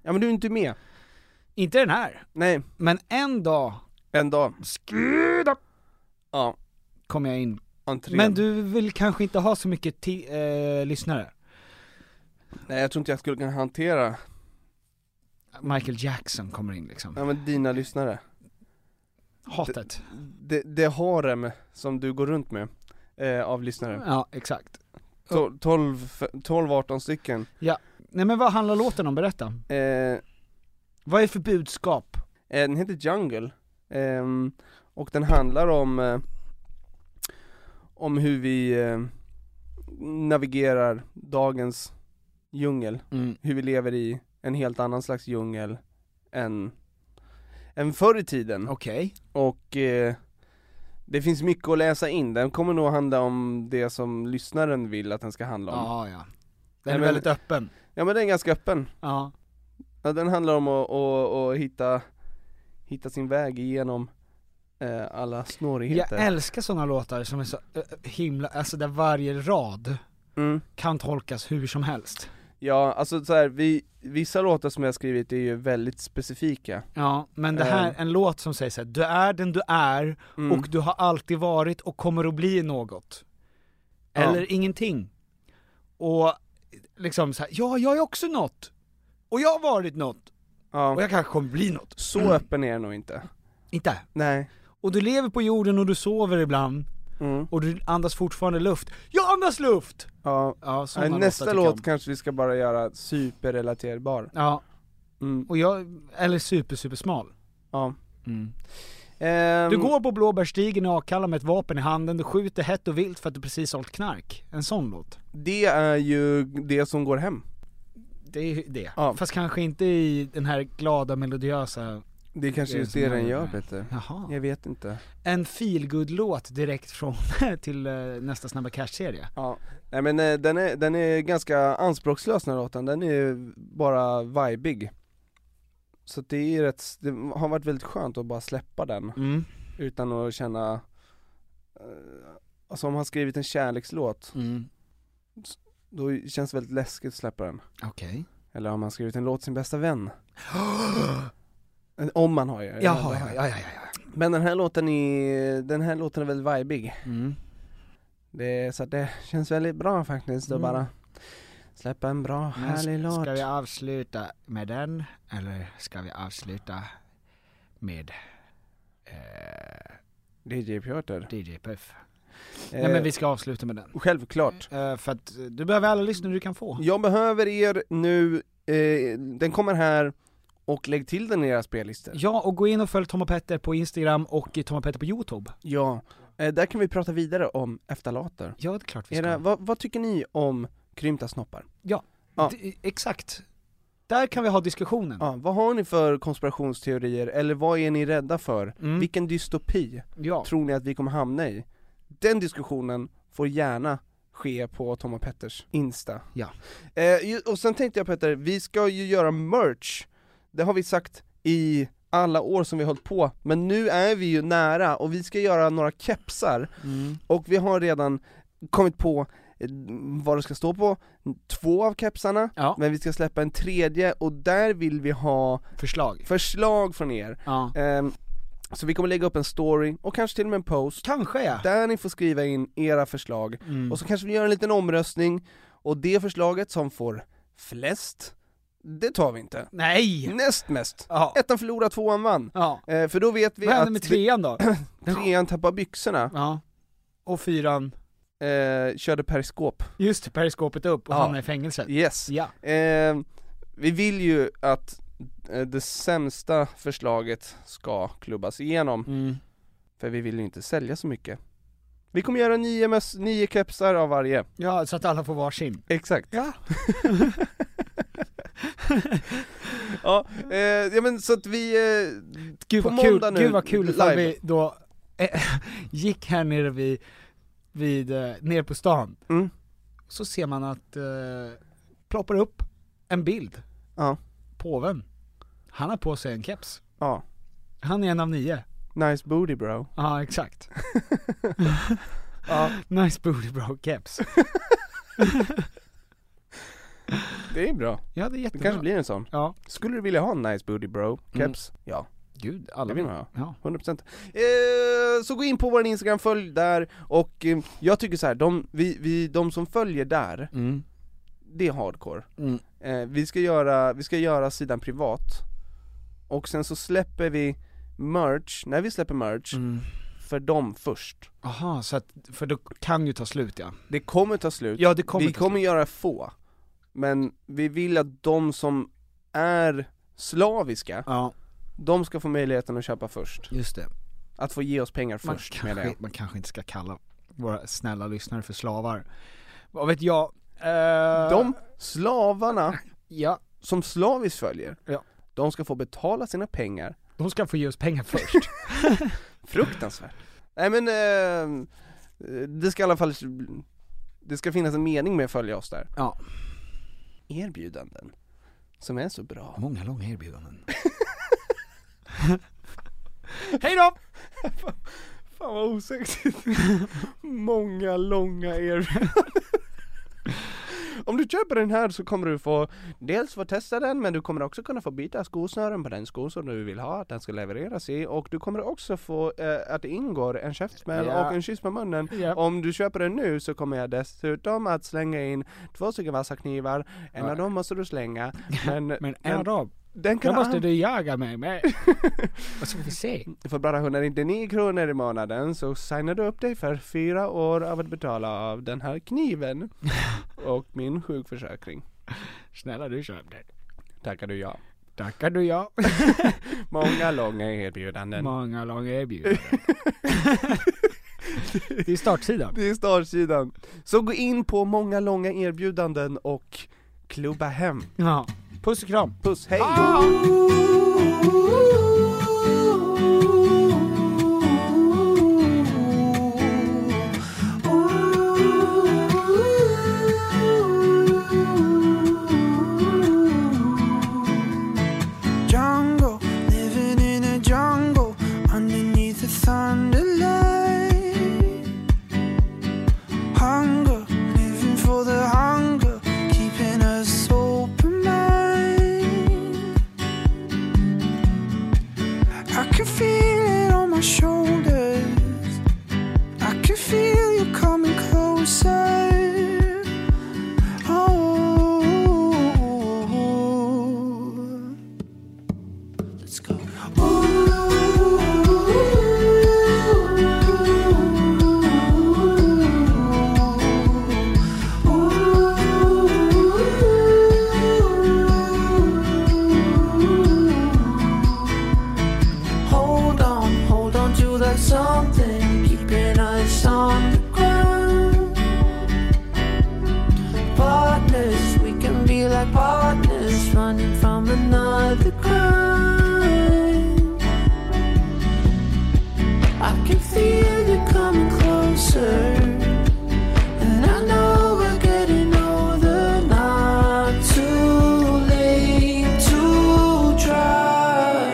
D: Ja men du är inte med.
E: Inte den här.
D: Nej.
E: Men en dag...
D: En dag.
E: Skuda!
D: Ja.
E: Kom jag in.
D: Entrén.
E: Men du vill kanske inte ha så mycket ti- eh, lyssnare?
D: Nej jag tror inte jag skulle kunna hantera,
E: Michael Jackson kommer in liksom.
D: ja men dina lyssnare
E: Hatet.
D: Det, det harem som du går runt med, eh, av lyssnare
E: Ja, exakt.
D: Tol- 12, 12, 18 stycken
E: Ja. Nej men vad handlar låten om? Berätta.
D: eh,
E: Vad är för budskap?
D: Eh, Den heter Jungle, ehm, och den handlar om, eh, om hur vi eh, navigerar dagens djungel,
E: Mm.
D: hur vi lever i en helt annan slags djungel än, än förr i tiden.
E: Okej.
D: Och eh, det finns mycket att läsa in, den kommer nog handla om det som lyssnaren vill att den ska handla om.
E: Ja, ja. Den
D: Nej,
E: är
D: men-
E: väldigt öppen.
D: Ja men den är ganska öppen.
E: Ja.
D: Ja, den handlar om att, att, att hitta, hitta sin väg igenom eh, alla
E: Jag
D: snårigheter.
E: älskar sådana låtar som är så eh, himla, alltså där varje rad
D: mm.
E: kan tolkas hur som helst.
D: Ja, alltså så här, vi, vissa låtar som jag har skrivit är ju väldigt specifika.
E: Ja, men det här,
D: Eh.
E: en låt som säger såhär, du är den du är
D: Mm.
E: och du har alltid varit och kommer att bli något.
D: Ja.
E: Eller ingenting. Och liksom såhär, ja jag är också något. Och jag har varit något. Och
D: ja.
E: jag kanske kommer bli något.
D: Så öppen är jag nog inte.
E: Inte?
D: Nej.
E: Och du lever på jorden och du sover ibland.
D: Mm.
E: Och du andas fortfarande luft. Jag andas luft!
D: Ja.
E: Ja,
D: Nej,
E: sådana
D: nästa
E: låtar tycker jag om.
D: låt kanske vi ska bara göra superrelaterbar.
E: Ja,
D: Mm.
E: och jag, eller super super smal.
D: Ja.
E: Du
D: Ehm,
E: går på blåbärstigen i Akalla med ett vapen i handen, du skjuter hett och vilt för att du precis sålt knark. En sån låt.
D: Det är ju det som går hem.
E: Det är ju det.
D: Ja.
E: Fast kanske inte i den här glada melodiösa,
D: Det är kanske
E: Det är
D: just
E: som
D: det
E: går
D: den gör
E: hem.
D: Peter.
E: jaha.
D: Jag vet inte.
E: En feelgood låt direkt från till eh, nästa Snabba Cash-serie.
D: Ja, nej men eh, den är, den är ganska anspråkslös den här låten, den är bara vibig Så att det är rätt, det har varit väldigt skönt att bara släppa den
E: Mm.
D: utan att känna eh, Alltså om han skrivit en kärlekslåt,
E: Mm.
D: då känns det väldigt läskigt att släppa den
E: Okej.
D: Eller om han skrivit en låt till sin bästa vän En- Om man har ju jag vet
E: Jaha,
D: inte.
E: ja, ja, ja, ja.
D: Men den här låten är, den här låten är väldigt vibig
E: Mm.
D: det, Så att det känns väldigt bra faktiskt att
E: Mm.
D: bara släppa en bra,
E: Men
D: härlig låt
E: ska vi avsluta med den, eller ska vi avsluta med
D: DJ Piotr.
E: DJ Puff?
D: Eh,
E: Nej men vi ska avsluta med den.
D: Självklart.
E: Eh, för att eh, du behöver alla lyssnare du kan få.
D: Jag behöver er nu, eh, den kommer här, och lägg till den i era spellistor.
E: Ja, och gå in och följ Tom och Petter på Instagram och Tom och Petter på Youtube.
D: Ja. Eh, där kan vi prata vidare om efterlater.
E: Ja, det är klart vi ska.
D: Era, vad, vad tycker ni om krympta snoppar? ja.
E: D- exakt. Där kan vi ha diskussionen.
D: Ja, vad har ni för konspirationsteorier, eller vad är ni rädda för?
E: Mm.
D: Vilken dystopi
E: Ja.
D: tror ni att vi kommer hamna i? Den diskussionen får gärna ske på Tom och Petters Insta.
E: Ja.
D: Eh, ju- och sen tänkte jag Petter, vi ska ju göra merch. Det har vi sagt i alla år som vi har hållit på, men nu är vi ju nära och vi ska göra några kepsar
E: Mm.
D: och vi har redan kommit på eh, vad det ska stå på, två av kepsarna,
E: Ja,
D: men vi ska släppa en tredje och där vill vi ha
E: förslag.
D: förslag från er.
E: Ja.
D: Ehm, så vi kommer lägga upp en story och kanske till och med en post
E: Kanske ja.
D: där ni får skriva in era förslag,
E: Mm.
D: och så kanske vi gör en liten omröstning, och det förslaget som får flest, det tar vi inte.
E: Nej!
D: Näst mest.
E: Ja.
D: Ettan förlorar, tvåan vann.
E: ja.
D: Eh, för då vet vi
E: Vad händer
D: att
E: med
D: vi-
E: trean då?
D: trean tappar byxorna,
E: Ja. Och fyran,
D: eh, körde periskop.
E: just det, periskopet upp och
D: Ja.
E: hamnar i fängelset.
D: Yes.
E: Ja.
D: Eh, vi vill ju att eh, det sämsta förslaget ska klubbas igenom,
E: Mm.
D: för vi vill ju inte sälja så mycket. Vi kommer göra nio, möss- nio kepsar av varje.
E: ja, så att alla får varsin.
D: Exakt.
E: Ja.
D: ja, eh, ja men så att vi, eh,
E: Gud
D: På
E: vad kul,
D: måndag nu,
E: gud vad kul ifall
D: live.
E: vi då eh, gick här nere vid, vid eh, nere på stan,
D: Mm.
E: så ser man att, eh, ploppar upp en bild,
D: Ja.
E: påven. Han har på sig en keps.
D: ja,
E: Han är en av nio.
D: nice booty bro.
E: Ja, exakt. Nice booty bro keps.
D: Det är bra.
E: Ja, det är
D: Det
E: jättebra.
D: kanske blir en sån.
E: Ja.
D: Skulle du vilja ha en nice booty bro?
E: Mm.
D: Keps? Ja.
E: Gud, alla
D: det vill man ha.
E: Ja.
D: 100% eh, Så gå in på vår Instagram, följ där, och eh, jag tycker så här, de, vi, vi, de som följer där, det är hardcore
E: Mm.
D: eh, vi, ska göra, vi ska göra sidan privat, och sen så släpper vi merch, när vi släpper merch,
E: Mm.
D: för dem först
E: Aha, så att, för då kan ju ta slut ja.
D: Det kommer ta slut,
E: Ja, det kommer
D: vi
E: ta
D: kommer göra få, men vi vill att de som är slaviska,
E: Ja,
D: de ska få möjligheten att köpa först
E: just det.
D: Att få ge oss pengar
E: Man,
D: först menar
E: kanske,
D: jag
E: man kanske inte ska kalla våra snälla lyssnare för slavar. Vad vet jag? Eh,
D: De slavarna
E: Ja,
D: som slaviskt följer,
E: Ja.
D: de ska få betala sina pengar.
E: de ska få ge oss pengar först.
D: Fruktansvärt. Nej men, eh, det ska i alla fall, det ska finnas en mening med att följa oss där.
E: ja.
D: Erbjudanden. Som är så bra.
E: Många långa erbjudanden.
D: Hej då! Fan vad osexigt. Många långa erbjudanden. Om du köper den här så kommer du få, dels få testa den men du kommer också kunna få byta skosnören på den sko som du vill ha att den ska levereras i och du kommer också få eh, att det ingår en käftsmäll
E: Ja.
D: och en kyss med munnen.
E: Ja.
D: Om du köper den nu så kommer jag dessutom att slänga in två stycken vassa knivar, en
E: Ja.
D: av dem måste du slänga men,
E: Men en av dem,
D: den
E: då
D: kan
E: måste du jaga mig med. Vad ska vi se?
D: för bara 199 kronor i månaden så signar du upp dig för fyra år av att betala av den här kniven och min sjukförsäkring.
E: Snälla du köp den.
D: Tackar du ja.
E: Tackar du ja.
D: Många långa erbjudanden.
E: Många långa erbjudanden. det är startsidan.
D: Det är startsidan. Så gå in på många långa erbjudanden och klubba hem.
E: Ja. Puss och kram.
D: Puss, hej!
H: jungle, living in a jungle underneath the thunder light. Hunger, living for the hunger, keeping us open mind. I can feel it on my shoulders. I can feel you coming closer. Oh. Let's go. Hold on, hold on to that something keeping us on the ground. Partners, we can be like partners running from another crime. I can feel you coming closer. And I know we're getting older, not too late to try.